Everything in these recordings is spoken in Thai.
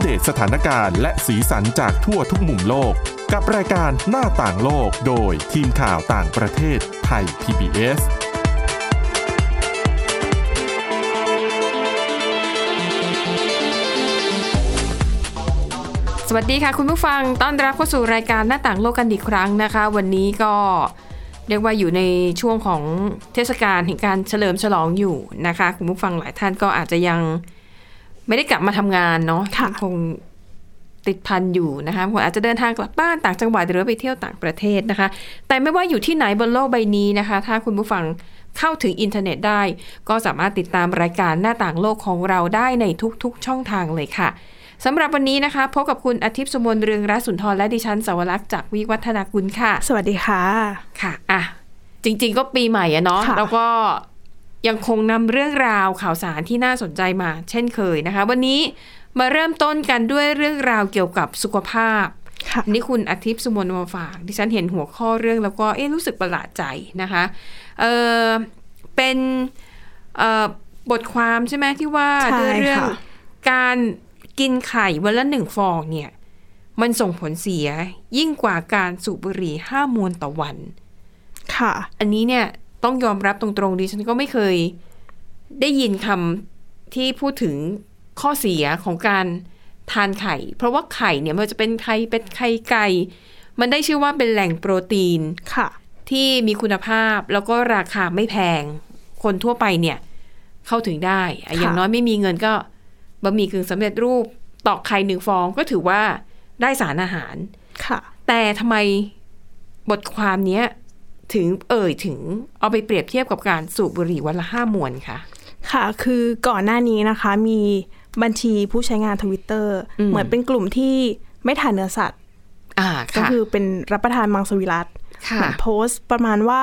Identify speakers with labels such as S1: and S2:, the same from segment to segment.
S1: เดตสถานการณ์และสีสันจากทั่วทุกมุมโลก กับรายการหน้าต่างโลกโดยทีมข่าวต่างประเทศไทย PBS
S2: สวัสดีค่ะคุณผู้ฟังต้อนรับเข้าสู่รายการหน้าต่างโลกกันอีกครั้งนะคะ วันนี้ก็เรียกว่าอยู่ในช่วงของเทศกาลแห่งการเฉลิมฉลองอยู่นะคะ คุณผู้ฟังหลายท่านก็อาจจะยังไม่ได้กลับมาทำงานเนาะ
S3: ค่ะ
S2: ยังคงติดพันอยู่นะคะคนอาจจะเดินทางกลับบ้านต่างจังหวัดหรือไปเที่ยวต่างประเทศนะคะ แต่ไม่ว่าอยู่ที่ไหนบนโลกใบนี้นะคะ ถ้าคุณผู้ฟังเข้าถึงอินเทอร์เน็ตได้ ก็สามารถติดตามรายการหน้าต่างโลกของเราได้ในทุกๆ ช่องทางเลยค่ะ สำหรับวันนี้นะคะ พบกับคุณอาทิตย์สมนเรืองรัศสุนทรและดิฉันสาวรักษ์จากวิวัฒนาคุณค่ะ
S3: สวัสดีค่ะ
S2: ค่ะอ่ะ จริง ๆ ก็ปีใหม่อะเนาะ
S3: ค่ะ
S2: แล้วก็ยังคงนำเรื่องราวข่าวสารที่น่าสนใจมา เช่นเคยนะคะ วันนี้มาเริ่มต้นกันด้วยเรื่องราวเกี่ยวกับสุขภาพ
S3: ค่ะ
S2: อันนี้คุณอาทิตย์สุมนต์มาฝากดิฉันเห็นหัวข้อเรื่องแล้วก็เอ๊ะรู้สึกประหลาดใจนะคะเออเป็นเอ่อบทความใช่ไหมที่ว่า
S3: ใช่
S2: ด้วยเรื่อง
S3: ค่ะ
S2: การกินไข่วันละหนึ่งฟองเนี่ยมันส่งผลเสียยิ่งกว่าการสูบบุหรี่ห้ามวนต่อวัน
S3: ค่ะ
S2: อันนี้เนี่ยต้องยอมรับตรงๆดิฉันก็ไม่เคยได้ยินคำที่พูดถึงข้อเสียของการทานไข่ เพราะว่าไข่เนี่ยไมันจะเป็นไข่เป็ดไข่ไก่ มันได้ชื่อว่าเป็นแหล่งโปรตีน
S3: ค่ะ
S2: ที่มีคุณภาพแล้วก็ราคาไม่แพง คนทั่วไปเนี่ยเข้าถึงได้อ่ะ
S3: ค่ะ
S2: อย่างน้อยไม่มีเงินก็บะหมี่กึ่งสำเร็จรูปตอกไข่หนึ่งฟองก็ถือว่าได้สารอาหาร
S3: ค่ะ
S2: แต่ทำไมบทความเนี้ยถึงเอ่ยถึงเอาไปเปรียบเทียบกับการสูบบุหรี่วันละห้ามวนค่ะ
S3: ค่ะ คือก่อนหน้านี้นะคะ มีบัญชีผู้ใช้งานทวิตเตอร์
S2: อืม
S3: เหมือนเป็นกลุ่มที่ไม่ทานเนื้อสัตว์
S2: อ่า
S3: ก็
S2: ค่ะ
S3: คือเป็นรับประทานมังสวิรัตเหมื
S2: ค่ะ
S3: อนโพสต์ประมาณว่า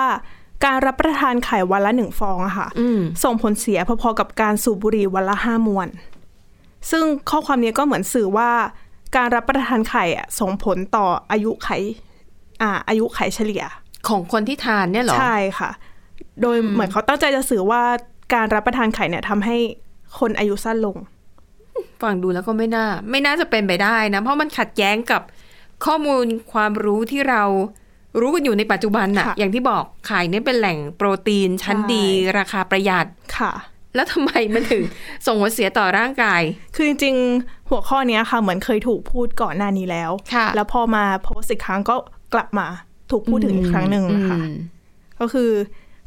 S3: การรับประทานไข่วันละหนึ่งฟองอะค่ะ
S2: อืม
S3: ส่งผลเสียพอๆกับการสูบบุหรี่วันละห้ามวน ซึ่งข้อความนี้ก็เหมือนสื่อว่า การรับประทานไข่อะส่งผลต่ออายุไขอ่าอายุไขเฉลี่ย
S2: ของคนที่ทานเนี่ยเหรอ
S3: ใช่ค่ะ โดยเหมือนเขาตั้งใจจะสื่อว่าการรับประทานไข่เนี่ยทำให้คนอายุสั้นลง
S2: ฟังดูแล้วก็ไม่น่า ไม่น่าจะเป็นไปได้นะ เพราะมันขัดแย้งกับข้อมูลความรู้ที่เรารู้กันอยู่ในปัจจุบันน่ะ
S3: ค่ะ
S2: อย่างที่บอกไข่เนี่ยเป็นแหล่งโปรตีนชั้น
S3: ใช่
S2: ดี ราคาประหยัด
S3: ค่ะ
S2: แล้วทำไมมันถึง ส่งผลเสียต่อร่างกาย
S3: คือจริงๆ หัวข้อเนี้ยค่ะเหมือนเคยถูกพูดก่อนหน้านี้แล้ว
S2: ค่ะ
S3: แล้วพอมาโพสต์อีกครั้งก็กลับมาถูกพูดถึงอีกครั้งหนึ่งนะคะ
S2: อืม
S3: ก็คือ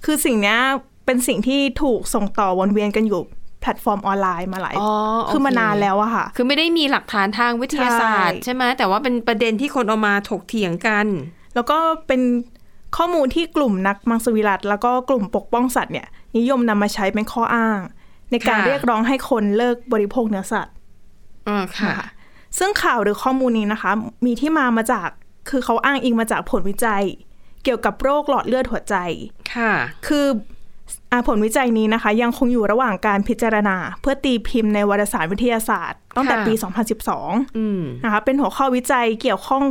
S3: คือสิ่งเนี้ยเป็นสิ่งที่ถูกส่งต่อวนเวียนกันอยู่แพลตฟอร์มออนไลน์มาหลาย
S2: อ๋อโเ
S3: คือมานานแล้วอะค่ะ
S2: คือไม่ได้มีหลักฐานทางวิทยาศาสตร์
S3: ใช่
S2: ใช่ไหมแต่ว่าเป็นประเด็นที่คนเอามาถกเถียงกัน
S3: แล้วก็เป็นข้อมูลที่กลุ่มนักมังสวิรัตแล้วก็กลุ่มปกป้องสัตว์เนี่ยนิยมนำมาใช้เป็นข้ออ้าง ในการ
S2: ค่ะ
S3: เรียกร้องให้คนเลิกบริโภคเนื้อสัตว์
S2: อ่าค่ะ
S3: นะคะซึ่งข่าวหรือข้อมูลนี้นะคะ มีที่มามาจากคือเขาอ้างอิงมาจากผลวิจัย เกี่ยวกับโรคหลอดเลือดหัวใจ
S2: ค่ะ
S3: คืออาผลวิจัยนี้นะคะ ยังคงอยู่ระหว่างการพิจารณา เพื่อตีพิมพ์ในวารสารวิทยาศาสตร์ ตั้งแต่
S2: ค่ะ
S3: ปี 2012
S2: อืม
S3: นะคะเป็นหัวข้อวิจัยเกี่ยวข้อง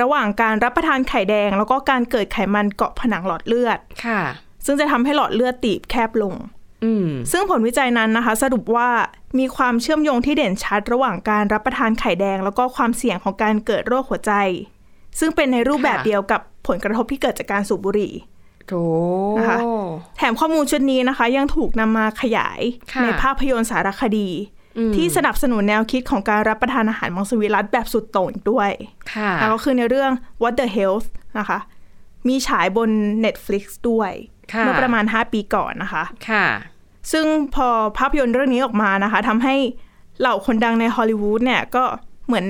S3: ระหว่างการรับประทานไข่แดง แล้วก็การเกิดไขมันเกาะผนังหลอดเลือด
S2: ค่ะ
S3: ซึ่งจะทำให้หลอดเลือดตีบแคบลง
S2: อืม
S3: ซึ่งผลวิจัยนั้นนะคะ สรุปว่ามีความเชื่อมโยงที่เด่นชัด ระหว่างการรับประทานไข่แดง แล้วก็ความเสี่ยงของการเกิดโรคหัวใจ ซึ่งเป็นในรูปแบบ
S2: ค่ะ
S3: เดียวกับผลกระทบที่เกิดจากการสูบบุหรี่
S2: โถ
S3: นะคะ แถมข้อมูลชุดนี้นะคะ ยังถูกนำมาขยาย
S2: ค่ะ
S3: ในภาพยนตร์สารคดี
S2: อืม
S3: ที่สนับสนุนแนวคิดของการรับประทานอาหารมังสวิรัตแบบสุดโต่งอีกด้วย
S2: ค่ะ
S3: แล้วก็คือในเรื่อง What the Health นะคะ มีฉายบน Netflix ด้วย
S2: ค่ะ
S3: เมื่อประมาณ 5 ปีก่อนนะคะ
S2: ค่ะ
S3: ซึ่งพอภาพยนตร์เรื่องนี้ออกมานะคะทำให้เหล่าคนดังในฮอลลีวูดเนี่ย ก็เหมือน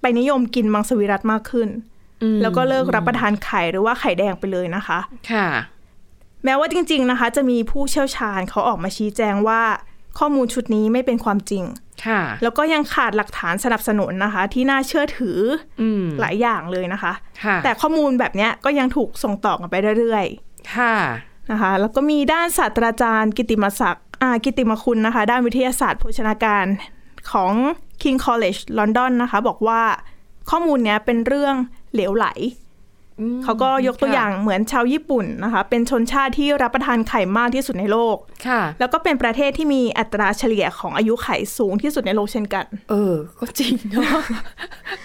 S3: ไปนิยมกินมังสวิรัตมากขึ้น
S2: อืม
S3: แล้วก็เลิกรับประทานไข่หรือว่าไข่แดงไปเลยนะคะ
S2: ค่ะ
S3: แม้ว่าจริง ๆนะคะ จะมีผู้เชี่ยวชาญเขาออกมาชี้แจงว่า ข้อมูลชุดนี้ไม่เป็นความจริง
S2: ค่ะ
S3: แล้วก็ยังขาดหลักฐานสนับสนุนนะคะ ที่น่าเชื่อถือ
S2: อืม
S3: หลายอย่างเลยนะคะ
S2: ค่ะ
S3: แต่ข้อมูลแบบเนี้ยก็ยังถูกส่งต่อกันไปเรื่อย
S2: ค่ะ
S3: ๆนะคะ แล้วก็มีด้านศาสตราจารย์กิติมศักดิ์อ่ากิติมคุณนะคะ ด้านวิทยาศาสตร์โภชนาการของ King College London นะคะ บอกว่าข้อมูลเนี้ยเป็นเรื่องเหลวไหล
S2: อืม
S3: เขาก็ยกตัวอย่างเหมือนชาวญี่ปุ่นนะคะ เป็นชนชาติที่รับประทานไข่มากที่สุดในโลก
S2: ค่ะ
S3: แล้วก็เป็นประเทศที่มีอัตราเฉลี่ยของอายุไขสูงที่สุดในโลกเช่นกัน
S2: เออ ก็จริงเนาะ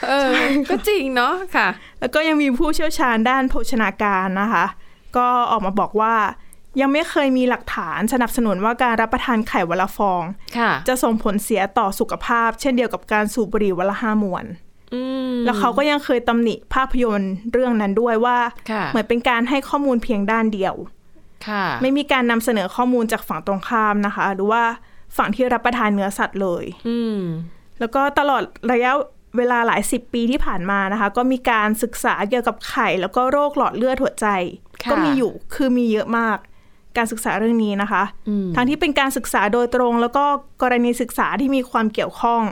S2: เออ ก็จริงเนาะค่ะ
S3: แล้วก็ยังมีผู้เชี่ยวชาญด้านโภชนาการนะคะ ก็ออกมาบอกว่า ยังไม่เคยมีหลักฐานสนับสนุนว่าการรับประทานไข่วันละฟอง
S2: ค่ะ
S3: จะส่งผลเสียต่อสุขภาพ เช่นเดียวกับการสูบบุหรี่วันละห้ามวน
S2: อืม
S3: แล้วเขาก็ยังเคยตำหนิภาพยนตร์เรื่องนั้นด้วยว่า
S2: ค่ะ
S3: เหมือนเป็นการให้ข้อมูลเพียงด้านเดียว
S2: ค่ะ
S3: ไม่มีการนำเสนอข้อมูลจากฝั่งตรงข้ามนะคะ หรือว่าฝั่งที่รับประทานเนื้อสัตว์เลย
S2: อืม
S3: แล้วก็ตลอดระยะเวลาหลายสิบปีที่ผ่านมานะคะ ก็มีการศึกษาเกี่ยวกับไข่ แล้วก็โรคหลอดเลือดหัวใจ
S2: ค่ะ
S3: ก็มีอยู่คือมีเยอะมาก การศึกษาเรื่องนี้นะคะ
S2: อืม
S3: ทั้งที่เป็นการศึกษาโดยตรง แล้วก็กรณีศึกษาที่มีความเกี่ยวข้อง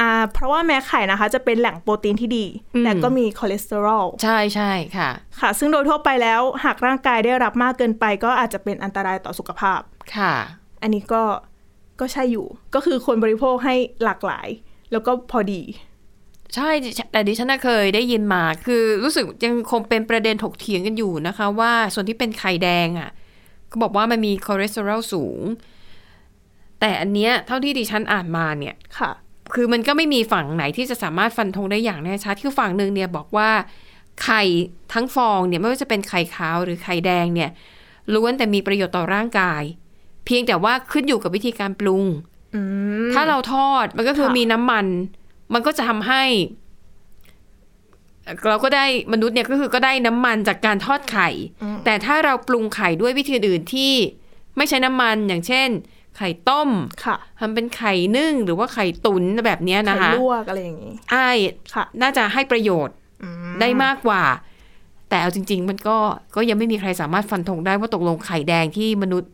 S3: อ่าเพราะว่าแม้ไข่นะคะ จะเป็นแหล่งโปรตีนที่ดีแต่ก็มีคอเลสเตอรอล
S2: ใช่ใช่ค่ะ
S3: ค่ะ ซึ่งโดยทั่วไปแล้วหากร่างกายได้รับมากเกินไป ก็อาจจะเป็นอันตรายต่อสุขภาพ
S2: ค่ะ
S3: อันนี้ก็ก็ใช่อยู่ ก็คือควรบริโภคให้หลากหลาย แล้วก็พอดี
S2: ใช่ดิฉันแต่ดิฉันน่ะเคยได้ยินมา คือรู้สึกยังคงเป็นประเด็นถกเถียงกันอยู่นะคะ ว่าส่วนที่เป็นไข่แดงอะ่ะก็บอกว่ามันมีคอเลสเตอรอลสูง แต่อันเนี้ยเท่าที่ดิฉันอ่านมาเนี่ย
S3: ค่ะ
S2: คือมันก็ไม่มีฝั่งไหนที่จะสามารถฟันธงได้อย่างแน่ชัด คือฝั่งหนึ่งเนี่ยบอกว่าไข่ทั้งฟองเนี่ยไม่ว่าจะเป็นไข่ขาวหรือไข่แดงเนี่ยล้วนแต่มีประโยชน์ต่อร่างกาย เพียงแต่ว่าขึ้นอยู่กับวิธีการปรุง
S3: อืม
S2: ถ้าเราทอดมันก็คือ
S3: ค่ะ
S2: มีน้ำมัน มันก็จะทำให้ เราก็ได้มนุษย์เนี่ยก็คือก็ได้น้ำมันจากการทอดไข่ แต่ถ้าเราปรุงไข่ด้วยวิธีอื่นที่ไม่ใช้น้ำมันอย่างเช่น ไข่ต้ม
S3: ค่ะ
S2: ทำเป็นไข่นึ่งหรือว่าไข่ตุ๋นแบบเนี้ยนะ
S3: ไข่
S2: คะ
S3: ลวกอะไรอย่างนี้
S2: ใช่
S3: ค่ะ
S2: น่าจะให้ประโยชน์
S3: อืม
S2: ได้มากกว่า แต่เอาจริง ๆ มันก็ก็ยังไม่มีใครสามารถฟันธงได้ว่าตกลงไข่แดงที่มนุษย์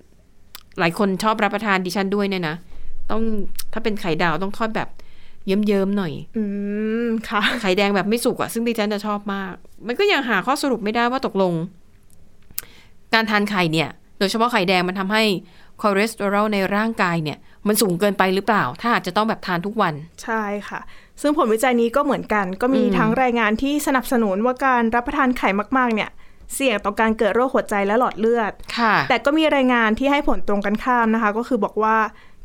S2: หลายคนชอบรับประทานดิฉันด้วยเนี่ยนะต้องถ้าเป็นไข่ดาวต้องทอดแบบเยิ้มๆหน่อย
S3: อืม ค่ะ
S2: ไข่แดงแบบไม่สุกอะซึ่งดิฉันจะชอบมาก มันก็ยังหาข้อสรุปไม่ได้ว่าตกลง การทานไข่เนี่ย โดยเฉพาะไข่แดงมันทำให้คอเลสเตอรอลในร่างกายเนี่ย มันสูงเกินไปหรือเปล่า ถ้าอาจจะต้องแบบทานทุกวัน
S3: ใช่ค่ะ ซึ่งผลวิจัยนี้ก็เหมือนกัน ก็มี
S2: อืม
S3: ทั้งรายงานที่สนับสนุนว่าการรับประทานไข่มาก ๆ เนี่ย เสี่ยงต่อการเกิดโรคหัวใจและหลอดเลือด
S2: ค่ะ
S3: แต่ก็มีรายงานที่ให้ผลตรงกันข้ามนะคะ ก็คือบอกว่า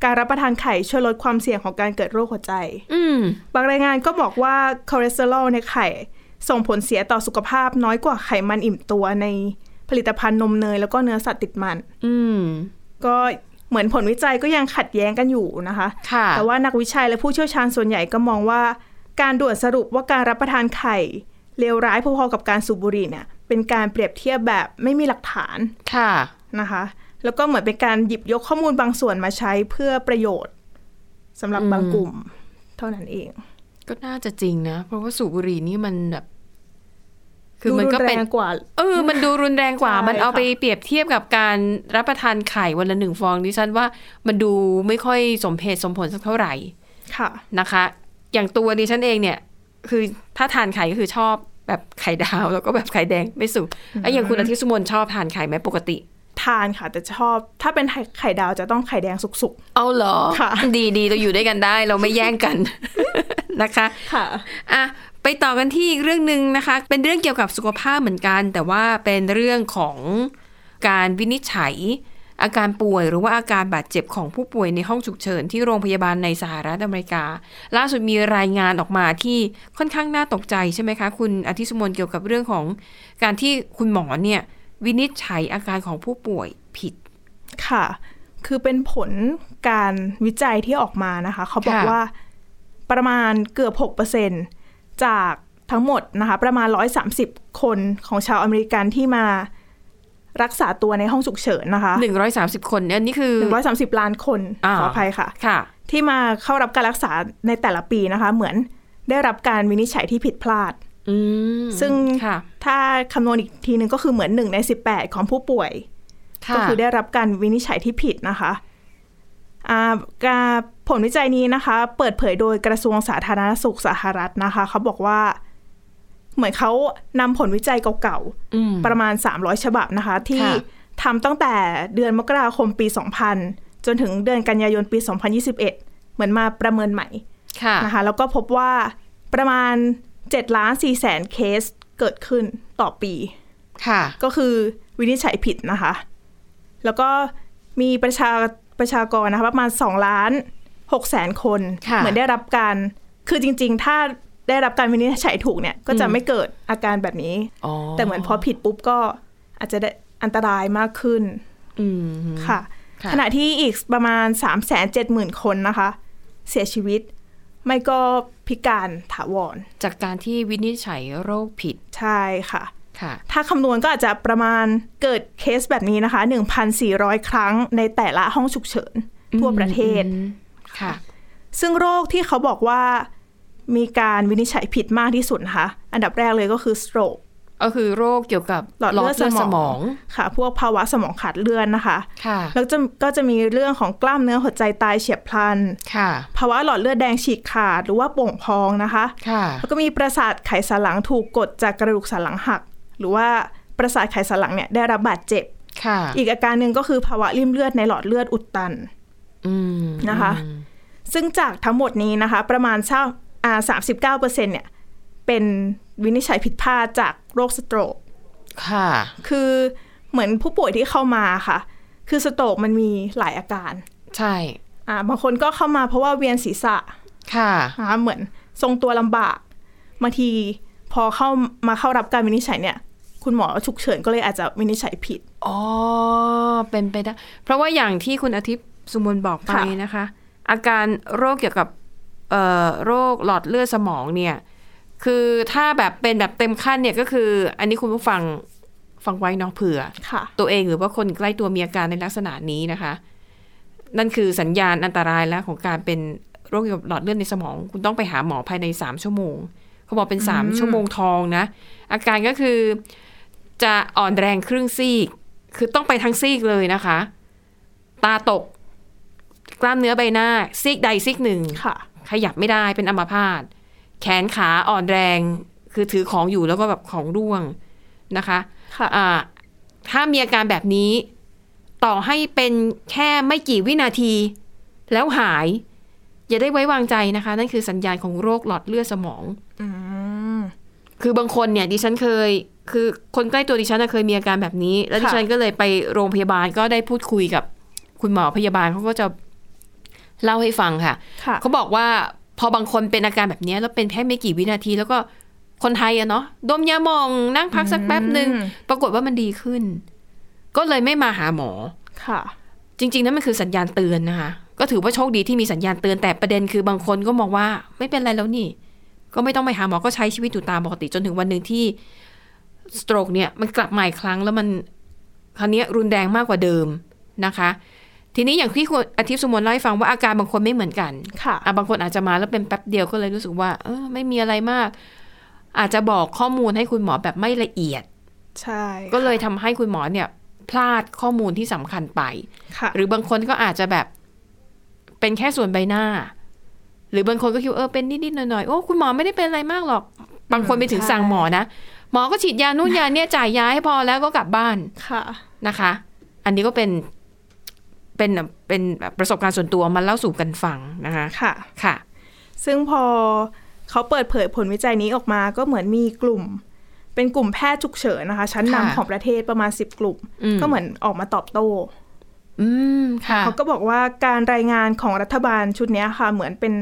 S3: การรับประทานไข่ช่วยลดความเสี่ยงของการเกิดโรคหัวใจ
S2: อืม
S3: บางรายงานก็บอกว่าคอเลสเตอรอลในไข่ส่งผลเสียต่อสุขภาพน้อยกว่าไขมันอิ่มตัวในผลิตภัณฑ์นมเนยแล้วก็เนื้อสัตว์ติดมัน
S2: อืม
S3: ก็เหมือนผลวิจัยก็ยังขัดแย้งกันอยู่นะคะ
S2: ค่ะ
S3: แต่ว่านักวิจัยและผู้เชี่ยวชาญส่วนใหญ่ก็มองว่า การด่วนสรุปว่าการรับประทานไข่เลวร้ายพอๆกับการสูบบุหรี่เนี่ยเป็นการเปรียบเทียบแบบไม่มีหลักฐาน
S2: ค่ะ
S3: นะคะ แล้วก็เหมือนเป็นการหยิบยกข้อมูลบางส่วนมาใช้เพื่อประโยชน์สำหรับบางกลุ่ม เท่านั้นเอง
S2: ก็น่าจะจริงนะ เพราะว่าสูบบุหรี่นี่มันแบบ คือ
S3: ดู
S2: มันก็
S3: รุ
S2: เป็น
S3: แรงกว่า
S2: เออ มันดูรุนแรงกว่า
S3: ใช่
S2: มันเอา
S3: ค่ะ
S2: ไปเปรียบเทียบกับการรับประทานไข่วันละหนึ่งฟองดิฉันว่ามันดูไม่ค่อยสมเหตุสมผลสักเท่าไหร่
S3: ค่ะ
S2: นะคะ อย่างตัวดิฉันเองเนี่ย คือถ้าทานไข่ก็คือชอบแบบไข่ดาว แล้วก็แบบไข่แดงไม่สุกไอ้อย่างคุณอาทิตย์สุมนชอบทานไข่ไหมปกติ
S3: ทานค่ะ แต่ชอบ ถ้าเป็นไข่ไข่ดาวจะต้องไข่แดงสุก
S2: เอาเหรอ
S3: ค่ะ
S2: ดีดีเราอยู่ด้วยกันได้ เราไม่แย่งกัน นะคะ
S3: ๆ ค่ะ
S2: อ่ะไปต่อกันที่อีกเรื่องหนึ่งนะคะ เป็นเรื่องเกี่ยวกับสุขภาพเหมือนกัน แต่ว่าเป็นเรื่องของการวินิจฉัย อาการป่วยหรือว่าอาการบาดเจ็บของผู้ป่วยในห้องฉุกเฉินที่โรงพยาบาลในสหรัฐอเมริกา ล่าสุดมีรายงานออกมาที่ค่อนข้างน่าตกใจใช่ไหมคะ คุณอธิสมนต์เกี่ยวกับเรื่องของการที่คุณหมอเนี่ยวินิจฉัยอาการของผู้ป่วยผิด
S3: ค่ะ คือเป็นผลการวิจัยที่ออกมานะคะ เขาบอก
S2: ค่ะ
S3: ว่าประมาณเกือบ 6%จากทั้งหมดนะคะ ประมาณ 130 คนของชาวอเมริกันที่มารักษาตัวในห้องฉุกเฉินนะคะ
S2: 130 คนเนี่ยอันนี้คือ
S3: 130 ล้านคน
S2: อ่า
S3: ขออภัยค่ะ
S2: ค่ะ
S3: ที่มาเข้ารับการรักษาในแต่ละปีนะคะ เหมือนได้รับการวินิจฉัยที่ผิดพลาด
S2: อืม
S3: ซึ่ง
S2: ค่ะ
S3: ถ้าคำนวณอีกทีนึงก็คือเหมือน 1 ใน 18 ของผู้ป่วย
S2: ะ
S3: ก็คือได้รับการวินิจฉัยที่ผิดนะคะอ่าการผลวิจัยนี้นะคะ เปิดเผยโดยกระทรวงสาธารณสุขสหรัฐนะคะ เขาบอกว่า เหมือนเขานำผลวิจัยเก่า
S2: อืม
S3: ๆ ประมาณ 300 ฉบับนะคะ ที่
S2: ค่ะ
S3: ทำตั้งแต่เดือนมกราคมปี 2000 จนถึงเดือนกันยายนปี 2021 เหมือนมาประเมินใหม่
S2: ค่ะ
S3: นะคะ แล้วก็พบว่าประมาณ7ล้าน4แสนเคส เกิดขึ้นต่อปี
S2: ค่ะ
S3: ก็คือวินิจฉัยผิดนะคะ แล้วก็มีประชาประชากรนะคะประมาณ2ล้าน6แสนคน
S2: ค่ะ
S3: เหมือนได้รับการ คือจริง ๆ ถ้าได้รับการวินิจฉัยถูกเนี่ย ก็จะไม่เกิดอาการแบบนี้
S2: อ๋อ
S3: แต่เหมือนพอผิดปุ๊บก็อาจจะได้อันตรายมากขึ้น
S2: อืม
S3: ค่ะ
S2: ค่ะ
S3: ขณะที่อีกประมาณ 3 7 0 0 0 0 คนนะคะ เสียชีวิต ไม่ก็พิการถาวร
S2: จากการที่วินิจฉัยโรคผิด
S3: ใช่ค่ะ
S2: ค่ะ
S3: ถ้าคำนวณก็อาจจะประมาณเกิดเคสแบบนี้นะคะ 1,400 ครั้งในแต่ละห้องฉุกเฉินทั่วประเทศ
S2: อืมค่ะ
S3: ซึ่งโรคที่เขาบอกว่ามีการวินิจฉัยผิดมากที่สุดนะคะ อันดับแรกเลยก็คือ stroke
S2: ก็คือโรคเกี่ยวกับ
S3: หลอดเลือดสมอง
S2: ง
S3: ค่ะ พวกภาวะสมองขาดเลือดนนะคะ
S2: ค่ะ
S3: แล้วจะก็จะมีเรื่องของกล้ามเนื้อหัวใจตายเฉียบพลัน
S2: ค่ะ
S3: ภาวะหลอดเลือดแดงฉีกขาดหรือว่าโป่งพองนะคะ
S2: ค่ะ
S3: แล้วก็มีประสาทไขสันหลังถูกกดจากกระดูกสันหลังหัก หรือว่าประสาทไขสันหลังเนี่ยได้รับบาดเจ็บ
S2: ค่ะ
S3: อีกอาการหนึ่งก็คือภาวะริ่มเลือดในหลอดเลือดอุดตัน
S2: อืม
S3: นะคะ
S2: อืม
S3: ซึ่งจากทั้งหมดนี้นะคะ ประมาณเช่าอ่า39เปอร์เซ็นเนี่ยเป็นวินิจฉัยผิดพลาดจากโรคสโตรก
S2: ค่ะ
S3: คือเหมือนผู้ป่วยที่เข้ามาค่ะ คือสโตรกมันมีหลายอาการ
S2: ใช่
S3: อ่าบางคนก็เข้ามาเพราะว่าเวียนศีรษะ
S2: ค่ะ
S3: นะคะเหมือนทรงตัวลำบากบางทีพอเข้ามาเข้ารับการวินิจฉัยเนี่ย คุณหมอฉุกเฉินก็เลยอาจจะวินิจฉัยผิด
S2: อ๋อ เป็นไปได้ เพราะว่าอย่างที่คุณอาทิตย์สุมนบอกไป
S3: ค่ะ
S2: นะคะ อาการโรคเกี่ยวกับเอ่อโรคหลอดเลือดสมองเนี่ย คือถ้าแบบเป็นแบบเต็มขั้นเนี่ยก็คือ อันนี้คุณผู้ฟังฟังไว้เนาะเผื่อ
S3: ค่ะ
S2: ตัวเองหรือว่าคนใกล้ตัวมีอาการในลักษณะนี้นะคะ นั่นคือสัญญาณอันตรายแล้วของการเป็นโรคเกี่ยวกับหลอดเลือดในสมอง คุณต้องไปหาหมอภายในสามชั่วโมง เขาบอกเป็นสามชั่วโมงทองนะ อาการก็คือจะอ่อนแรงครึ่งซีก คือต้องไปทั้งซีกเลยนะคะ ตาตก กล้ามเนื้อใบหน้า ซีกใดซีกหนึ่ง
S3: ค่ะ
S2: ขยับไม่ได้เป็นอัมพาตแขนขาอ่อนแรง คือถือของอยู่แล้วก็แบบของร่วงนะคะ
S3: ค่ะ
S2: อ่าถ้ามีอาการแบบนี้ ต่อให้เป็นแค่ไม่กี่วินาที แล้วหาย อย่าได้ไว้วางใจนะคะ นั่นคือสัญญาณของโรคหลอดเลือดสมอง
S3: อืม
S2: คือบางคนเนี่ยดิฉันเคย คือคนใกล้ตัวดิฉันน่ะเคยมีอาการแบบนี้ แล้วดิฉันก็เลยไปโรงพยาบาลก็ได้พูดคุยกับคุณหมอพยาบาลเขาก็จะเล่าให้ฟังค่ะ
S3: ค่ะ
S2: เขาบอกว่าพอบางคนเป็นอาการแบบเนี้ยแล้วเป็นแค่ไม่กี่วินาที แล้วก็คนไทยอะเนาะดมยาหมองนั่งพักสักแป๊บหนึ่ง
S3: อืม
S2: ปรากฏว่ามันดีขึ้น ก็เลยไม่มาหาหมอ
S3: ค่ะ
S2: จริง ๆนั่นมันคือสัญญาณเตือนนะคะ ก็ถือว่าโชคดีที่มีสัญญาณเตือนแต่ประเด็นคือบางคนก็มองว่าไม่เป็นไรแล้วนี่ ก็ไม่ต้องไปหาหมอก็ใช้ชีวิตอยู่ตามปกติจนถึงวันหนึ่งที่สโตรกเนี่ยมันกลับมาอีกครั้งแล้วมันครั้งนี้ยรุนแรงมากกว่าเดิมนะคะ ทีนี้อย่างที่คุณอาทิตย์สมวนเล่าให้ฟังว่าอาการบางคนไม่เหมือนกัน
S3: ค่ะ
S2: อ่ะบางคนอาจจะมาแล้วเป็นแป๊บเดียวก็เลยรู้สึกว่าเออไม่มีอะไรมาก อาจจะบอกข้อมูลให้คุณหมอแบบไม่ละเอียด
S3: ใช่
S2: ก็เลยทำให้คุณหมอเนี่ย พลาดข้อมูลที่สำคัญไป
S3: ค่ะ
S2: หรือบางคนก็อาจจะแบบเป็นแค่ส่วนใบหน้า หรือบางคนก็คิดว่าเออเป็นนิดๆหน่อยๆโอ้คุณหมอไม่ได้เป็นอะไรมากหรอก บางคนไปถึง
S3: ใช่
S2: สั่งหมอนะหมอก็ฉีดยานู่นยาเนี่ยจ่ายยาให้พอแล้วก็กลับบ้าน
S3: ค่ะ
S2: นะคะ อันนี้ก็เป็นเป็นเป็นแบบประสบการณ์ส่วนตัวมาเล่าสู่กันฟังนะคะ
S3: ค่ะ
S2: ค่ะ
S3: ซึ่งพอเขาเปิดเผยผลวิจัยนี้ออกมาก็เหมือนมีกลุ่ม เป็นกลุ่มแพทย์ฉุกเฉินนะคะ ชั้นนำ
S2: ค่ะ
S3: ของประเทศประมาณ 10 กลุ่ม
S2: อืม
S3: ก็เหมือนออกมาตอบโต้
S2: อืม ค่ะ
S3: เขาก็บอกว่าการรายงานของรัฐบาลชุดเนี้ยค่ะ เหมือนเป็น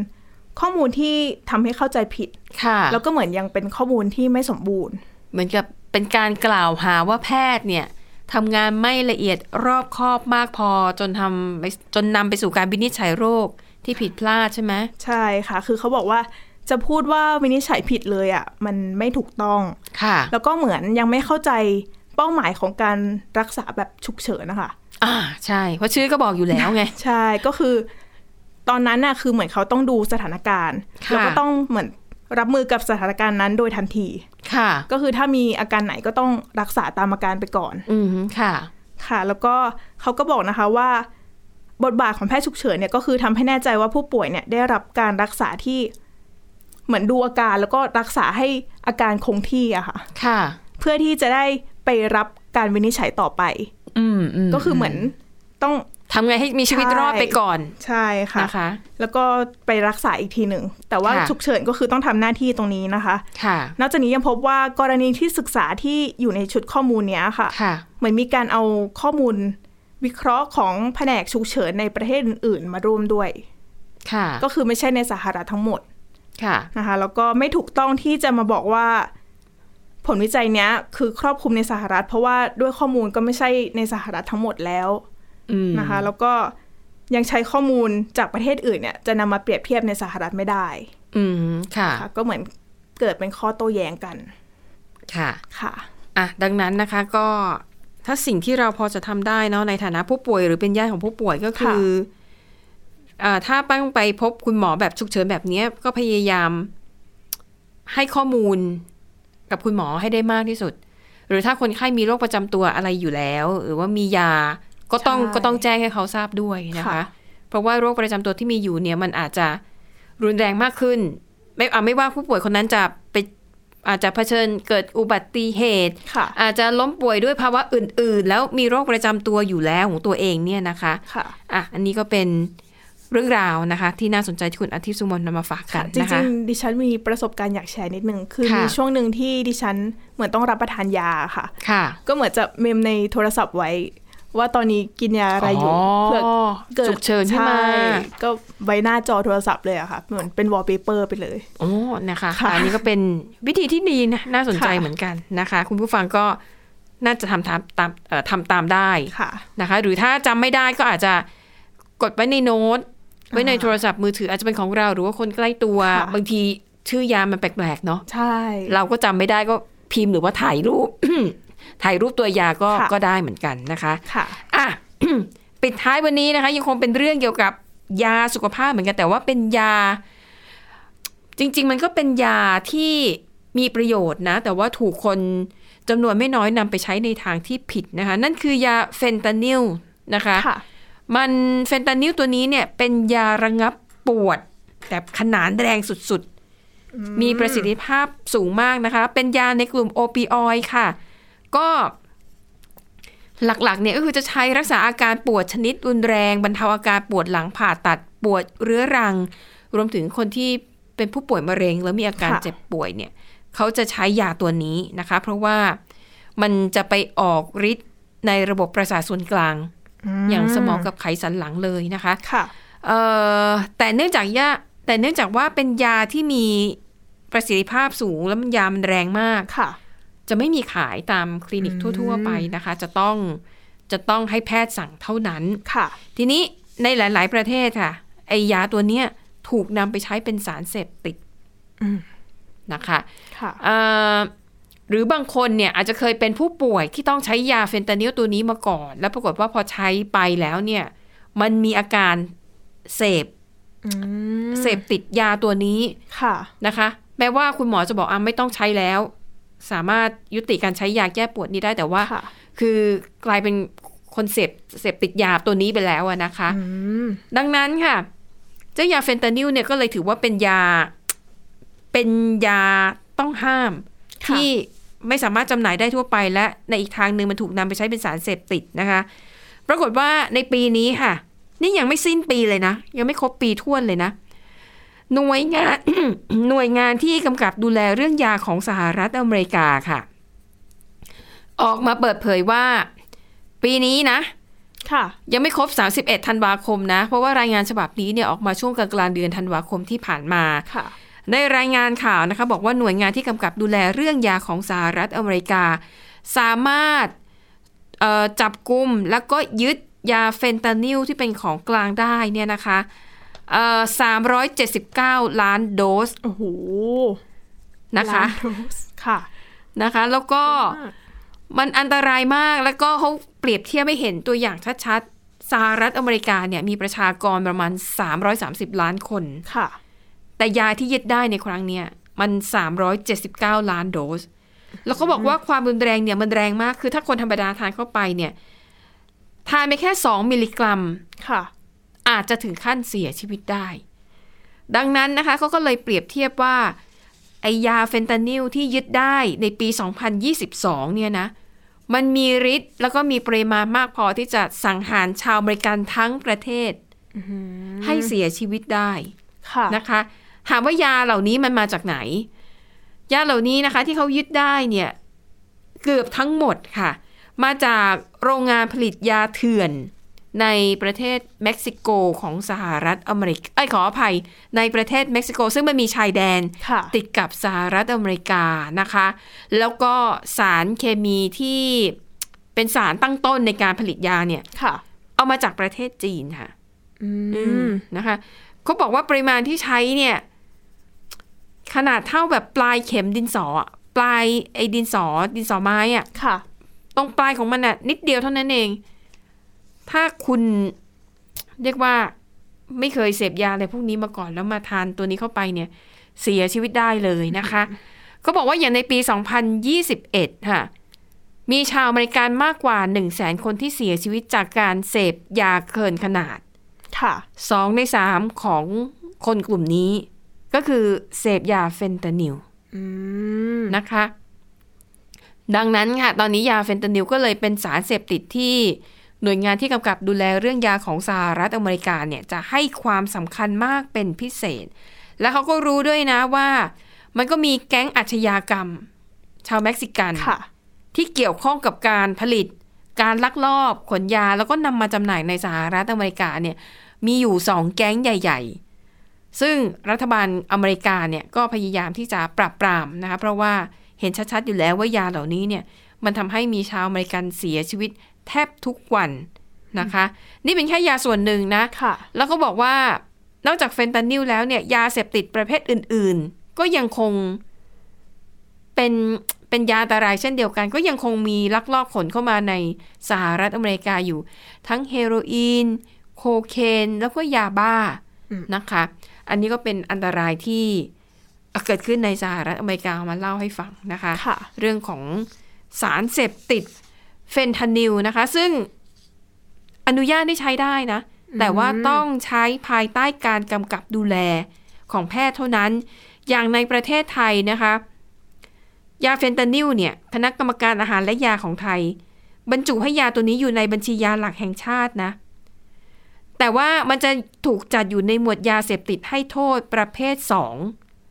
S3: ข้อมูลที่ทำให้เข้าใจผิด
S2: ค่ะ
S3: แล้วก็เหมือนยังเป็นข้อมูลที่ไม่สมบูรณ์
S2: เหมือนกับเป็นการกล่าวหาว่าแพทย์เนี่ยทำงานไม่ละเอียดรอบคอบมากพอจนทำไปจนนำไปสู่การวินิจฉัยโรคที่ผิดพลาดใช่ไหม
S3: ใช่ค่ะ คือเขาบอกว่าจะพูดว่าวินิจฉัยผิดเลยอะ่ะมันไม่ถูกต้อง
S2: ค่ะ
S3: แล้วก็เหมือนยังไม่เข้าใจเป้าหมายของการรักษาแบบฉุกเฉินนะคะ
S2: อ่า ใช่ เพราะชื่อก็บอกอยู่แล้วไง
S3: ใช่ ก็คือตอนนั้นน่ะคือเหมือนเขาต้องดูสถานการณ์
S2: ค่ะ
S3: แล้วก็ต้องเหมือนรับมือกับสถานการณ์นั้นโดยทันที
S2: ค่ะ
S3: ก็คือถ้ามีอาการไหนก็ต้องรักษาตามอาการไปก่อน
S2: อืมค่ะ
S3: ค่ะ แล้วก็เขาก็บอกนะคะว่า บทบาทของแพทย์ฉุกเฉินเนี่ยก็คือทำให้แน่ใจว่าผู้ป่วยเนี่ยได้รับการรักษาที่เหมือนดูอาการแล้วก็รักษาให้อาการคงที่อะค่ะ
S2: ค่ะ
S3: เพื่อที่จะได้ไปรับการวินิจฉัยต่อไป
S2: อืมอืม
S3: ก็คือเหมือนต้อง
S2: ทำไงให้มีชีวิต
S3: ใช่
S2: รอดไปก่อน
S3: ใช่ค่ะ
S2: นะคะ
S3: แล้วก็ไปรักษาอีกทีหนึ่ง แต่ว่า
S2: ค่ะ
S3: ฉุกเฉินก็คือต้องทำหน้าที่ตรงนี้นะคะ
S2: ค่ะ
S3: นอกจากนี้ยังพบว่ากรณีที่ศึกษาที่อยู่ในชุดข้อมูลเนี้ยค่ะ
S2: ค่ะ
S3: เหมือนมีการเอาข้อมูลวิเคราะห์ของแผนกฉุกเฉินในประเทศอื่นๆ มาร่วมด้วย
S2: ค่ะ
S3: ก็คือไม่ใช่ในสหรัฐทั้งหมด
S2: ค่ะ
S3: นะคะ แล้วก็ไม่ถูกต้องที่จะมาบอกว่า ผลวิจัยเนี้ยคือครอบคลุมในสหรัฐ เพราะว่าด้วยข้อมูลก็ไม่ใช่ในสหรัฐทั้งหมดแล้ว
S2: อืม
S3: นะคะ แล้วก็ยังใช้ข้อมูลจากประเทศอื่นเนี่ยจะนำมาเปรียบเทียบในสหรัฐไม่ได้
S2: อืม ค่ะ
S3: ค่ะก็เหมือนเกิดเป็นข้อโต้แย้งกัน
S2: ค่ะ
S3: ค่ะ
S2: อ่ะ ดังนั้นนะคะก็ถ้าสิ่งที่เราพอจะทำได้เนาะในฐานะผู้ป่วยหรือเป็นญาติของผู้ป่วยก็คืออ่าถ้าต้องไปพบคุณหมอแบบฉุกเฉินแบบเนี้ยก็พยายามให้ข้อมูลกับคุณหมอให้ได้มากที่สุด หรือถ้าคนไข้มีโรคประจำตัวอะไรอยู่แล้ว หรือว่ามียาก็ต้อง
S3: ใช่
S2: ก็ต้องแจ้งให้เขาทราบด้วยนะคะ
S3: ค่ะ
S2: เพราะว่าโรคประจำตัวที่มีอยู่เนี่ยมันอาจจะรุนแรงมากขึ้น ไม่อ่ะไม่ว่าผู้ป่วยคนนั้นจะไปอาจจะเผชิญเกิดอุบัติเหตุ
S3: ค่ะ
S2: อาจจะล้มป่วยด้วยภาวะอื่น ๆ แล้วมีโรคประจำตัวอยู่แล้วของตัวเองเนี่ยนะคะ
S3: ค่ะ
S2: อ่ะ อันนี้ก็เป็นเรื่องราวนะคะ ที่น่าสนใจที่คุณอาทิตย์สุมนต์นำมาฝากกัน
S3: จริ
S2: นะคะ
S3: งๆดิฉันมีประสบการณ์อยากแชร์นิดนึง คือ
S2: ค่ะ
S3: มีช่วงหนึ่งที่ดิฉันเหมือนต้องรับประทานยาค่ะ
S2: ค่ะ
S3: ก็เหมือนจะเมมในโทรศัพท์ไว้ ว่าตอนนี้กินยาอะไรอยู่เพื่อเกิด
S2: ฉุกเฉินขึ้นมา
S3: ใช่ก็ไว้หน้าจอโทรศัพท์เลยอะค่ะ เหมือนเป็นวอลเปเปอร์ไปเลย
S2: โอ้นะคะ
S3: ค่ะ
S2: อันนี้ก็เป็นวิธีที่ดีนะน่าสนใจ
S3: ค่ะ
S2: เหมือนกันนะคะ คุณผู้ฟังก็น่าจะทำตามตามเอ่อทำตามได้
S3: ค่ะ
S2: นะคะหรือถ้าจำไม่ได้ก็อาจจะกดไว้ในโน้ต ไว้ใน
S3: อ่า
S2: โทรศัพท์มือถืออาจจะเป็นของเรา หรือว่าคนใกล้ตัว
S3: ค่ะ
S2: บางทีชื่อยามันแปลกๆเนาะ
S3: ใช่
S2: เราก็จำไม่ได้ก็พิมพ์หรือว่าถ่ายรูป ถ่ายรูปตัวยาก็
S3: ค่ะ
S2: ก็ได้เหมือนกันนะคะ
S3: ค่ะ
S2: อ่ะ ปิดท้ายวันนี้นะคะ ยังคงเป็นเรื่องเกี่ยวกับยาสุขภาพเหมือนกันแต่ว่าเป็นยา จริง ๆ มันก็เป็นยาที่มีประโยชน์นะ แต่ว่าถูกคนจำนวนไม่น้อยนำไปใช้ในทางที่ผิดนะคะ นั่นคือยาเฟนตานิลนะคะ
S3: ค่ะ
S2: มันเฟนตานิลตัวนี้เนี่ยเป็นยาระงับปวดแบบขนานแรงสุดๆ มีประสิทธิภาพสูงมากนะคะ เป็นยาในกลุ่มโอปิออยด์ค่ะ ก็หลักๆเนี่ยก็คือจะใช้รักษาอาการปวดชนิดรุนแรง บรรเทาอาการปวดหลังผ่าตัดปวดเรื้อรัง รวมถึงคนที่เป็นผู้ป่วยมะเร็ง แล้วมีอาการ
S3: ค่ะ
S2: เจ็บป่วยเนี่ยเขาจะใช้ยาตัวนี้นะคะ เพราะว่ามันจะไปออกฤทธิ์ในระบบประสาทส่วนกลาง
S3: ม
S2: อย่างสมองกับไขสันหลังเลยนะคะ
S3: ค่ะ
S2: เอ่อแต่เนื่องจากยาแต่เนื่องจากว่าเป็นยาที่มีประสิทธิภาพสูง แล้วมันยามันแรงมาก
S3: ค่ะ
S2: จะไม่มีขายตามคลินิกทั่ว ๆ ไปนะคะ จะต้องจะต้องให้แพทย์สั่งเท่านั้น
S3: ค่ะ
S2: ทีนี้ในหลาย ๆ ประเทศค่ะ ไอยาตัวเนี้ยถูกนำไปใช้เป็นสารเสพติด
S3: อืม
S2: นะคะ
S3: ค่ะ
S2: เอ่อหรือบางคนเนี่ยอาจจะเคยเป็นผู้ป่วยที่ต้องใช้ยาเฟนตานิลตัวนี้มาก่อน แล้วปรากฏว่าพอใช้ไปแล้วเนี่ย มันมีอาการเสพ
S3: อืม
S2: เสพติดยาตัวนี้
S3: ค่ะ
S2: นะคะ แม้ว่าคุณหมอจะบอกอ่ะไม่ต้องใช้แล้ว สามารถยุติการใช้ยาแก้ปวดนี้ได้แต่ว่า
S3: ค่ะ
S2: คือกลายเป็นคนเสพเสพติดยาตัวนี้ไปแล้วอะนะคะ
S3: อืม
S2: ดังนั้นค่ะ เจ้ายาเฟนตานิลเนี่ยก็เลยถือว่าเป็นยาเป็นยาต้องห้าม
S3: ค่ะ
S2: ที่ไม่สามารถจำหน่ายได้ทั่วไปและในอีกทางหนึ่งมันถูกนำไปใช้เป็นสารเสพติดนะคะ ปรากฏว่าในปีนี้ค่ะ นี่ยังไม่สิ้นปีเลยนะ ยังไม่ครบปีท่วนเลยนะ หน่วยงาน หน่วยงานที่กำกับดูแลเรื่องยาของสหรัฐอเมริกาค่ะ ออกมาเปิดเผยว่า ปีนี้นะ
S3: ค่ะ
S2: ยังไม่ครบ 31 ธันวาคมนะ เพราะว่ารายงานฉบับนี้เนี่ยออกมาช่วงกลางๆเดือนธันวาคมที่ผ่านมา
S3: ค่ะ
S2: ได้รายงานข่าวนะคะ บอกว่าหน่วยงานที่กำกับดูแลเรื่องยาของสหรัฐอเมริกา สามารถเอ่อจับกลุ่มแล้วก็ยึดยาเฟนตานิลที่เป็นของกลางได้เนี่ยนะคะเอ่อ379 ล้านโดส
S3: โอ้โห
S2: นะคะ
S3: ล้าโดสค่ะ
S2: นะคะแล้วก็มันอันตรายมากแล้วก็เขาเปรียบเทียบให้เห็นตัวอย่างชัดๆ สหรัฐอเมริกาเนี่ยมีประชากรประมาณ 330 ล้านคน
S3: ค่ะ
S2: แต่ยาที่ยึดได้ในครั้งเนี้ยมัน 379 ล้านโดส แล้วเขาบอกว่าความรุนแรงเนี่ยมันแรงมาก คือถ้าคนธรรมดาทานเข้าไปเนี่ยทานไปแค่ 2 มิลลิกรัม
S3: ค่ะ
S2: อาจจะถึงขั้นเสียชีวิตได้ ดังนั้นนะคะเขาก็เลยเปรียบเทียบว่าไอยาเฟนตานิลที่ยึดได้ในปี 2022 เนี่ยนะ มันมีฤทธิ์แล้วก็มีปริมาณมากพอที่จะสังหารชาวอเมริกันทั้งประเทศให้เสียชีวิตได้
S3: ค่ะ
S2: นะคะถามว่ายาเหล่านี้มันมาจากไหน ยาเหล่านี้นะคะที่เขายึดได้เนี่ยเกือบทั้งหมดค่ะ มาจากโรงงานผลิตยาเถื่อนในประเทศเม็กซิโกของสหรัฐอเมริกาไอ้ยขออภัยในประเทศเม็กซิโก ซึ่งมันมีชายแดน
S3: ค่ะ
S2: ติดกับสหรัฐอเมริกานะคะ แล้วก็สารเคมีที่เป็นสารตั้งต้นในการผลิตยาเนี่ย
S3: ค่ะ
S2: เอามาจากประเทศจีนค่ะ
S3: อืม
S2: นะคะเขาบอกว่าปริมาณที่ใช้เนี่ย ขนาดเท่าแบบปลายเข็มดินสออะปลายไอ้ดินสอ ดินสอไม้อะ
S3: ค่ะ
S2: ตรงปลายของมันอะนิดเดียวเท่านั้นเอง ถ้าคุณเรียกว่าไม่เคยเสพยาอะไรพวกนี้มาก่อนแล้วมาทานตัวนี้เข้าไปเนี่ย เสียชีวิตได้เลยนะคะเขาบอกว่าอย่างในปี 2021 ค่ะ มีชาวอเมริกันมากกว่า 1 0 0 0 0แสนคนที่เสียชีวิตจากการเสพยาเกินขนาด
S3: ค่ะ
S2: สองในสามของคนกลุ่มนี้ ก็คือเสพยาเฟนตานิล
S3: อืม
S2: นะคะ ดังนั้นค่ะ ตอนนี้ยาเฟนตานิลก็เลยเป็นสารเสพติดที่หน่วยงานที่กำกับดูแลเรื่องยาของสหรัฐอเมริกาเนี่ย จะให้ความสำคัญมากเป็นพิเศษ และเขาก็รู้ด้วยนะว่า มันก็มีแก๊งอาชญากรรม ชาวเม็กซิกัน
S3: ค่ะ
S2: ที่เกี่ยวข้องกับการผลิต การลักลอบขนยาแล้วก็นำมาจำหน่ายในสหรัฐอเมริกาเนี่ยมีอยู่สองแก๊งใหญ่ ๆ ซึ่งรัฐบาลอเมริกาเนี่ยก็พยายามที่จะปรับปรามนะคะเพราะว่าเห็นชัด ๆ อยู่แล้วว่ายาเหล่านี้เนี่ยมันทำให้มีชาวอเมริกันเสียชีวิตแทบทุกวันนะคะ นี่เป็นแค่ยาส่วนหนึ่งนะ
S3: ค่ะ
S2: แล้วก็บอกว่านอกจากเฟนตานิลแล้วเนี่ยยาเสพติดประเภทอื่น ๆ ก็ยังคงเป็นเป็นยาอันตรายเช่นเดียวกัน ก็ยังคงมีลักลอบขนเข้ามาในสหรัฐอเมริกาอยู่ ทั้งเฮโรอีน โคเคนแล้วก็ยาบ้า
S3: อืม
S2: นะคะ อันนี้ก็เป็นอันตรายที่เกิดขึ้นในสหรัฐอเมริกาเอามาเล่าให้ฟังนะคะ
S3: ค่ะ
S2: เรื่องของสารเสพติดเฟนทานิลนะคะ ซึ่งอนุญาตให้ใช้ได้นะ แต่ว่าต้องใช้ภายใต้การกำกับดูแลของแพทย์เท่านั้น อย่างในประเทศไทยนะคะ ยาเฟนตานิลเนี่ยคณะกรรมการอาหารและยาของไทย บรรจุให้ยาตัวนี้อยู่ในบัญชียาหลักแห่งชาตินะ แต่ว่ามันจะถูกจัดอยู่ในหมวดยาเสพติดให้โทษประเภท 2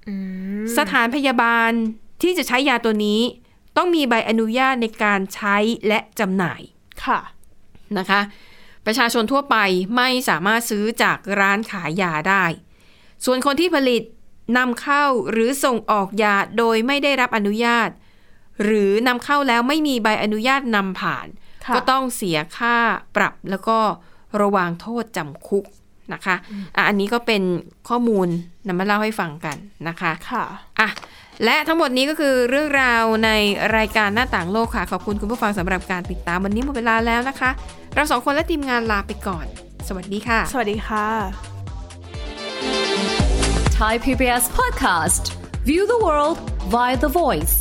S3: อืม
S2: สถานพยาบาลที่จะใช้ยาตัวนี้ ต้องมีใบอนุญาตในการใช้และจำหน่าย
S3: ค่ะ
S2: นะคะ ประชาชนทั่วไปไม่สามารถซื้อจากร้านขายยาได้ ส่วนคนที่ผลิตนำเข้าหรือส่งออกยาโดยไม่ได้รับอนุญาต หรือนำเข้าแล้วไม่มีใบอนุญาตนำผ่าน
S3: ค่ะ
S2: ก็ต้องเสียค่าปรับแล้วก็ระวางโทษจำคุกนะคะอ่ะอันนี้ก็เป็นข้อมูลนำมาเล่าให้ฟังกันนะคะ
S3: ค่ะ
S2: อ่ะและทั้งหมดนี้ก็คือเรื่องราวในรายการหน้าต่างโลกค่ะ ขอบคุณคุณผู้ฟังสำหรับการติดตามวันนี้หมดเวลาแล้วนะคะ เราสองคนและทีมงานลาไปก่อน สวัสดีค่ะ
S3: สวัสดีค่ะ
S4: Thai PBS podcast. View the world via the voice.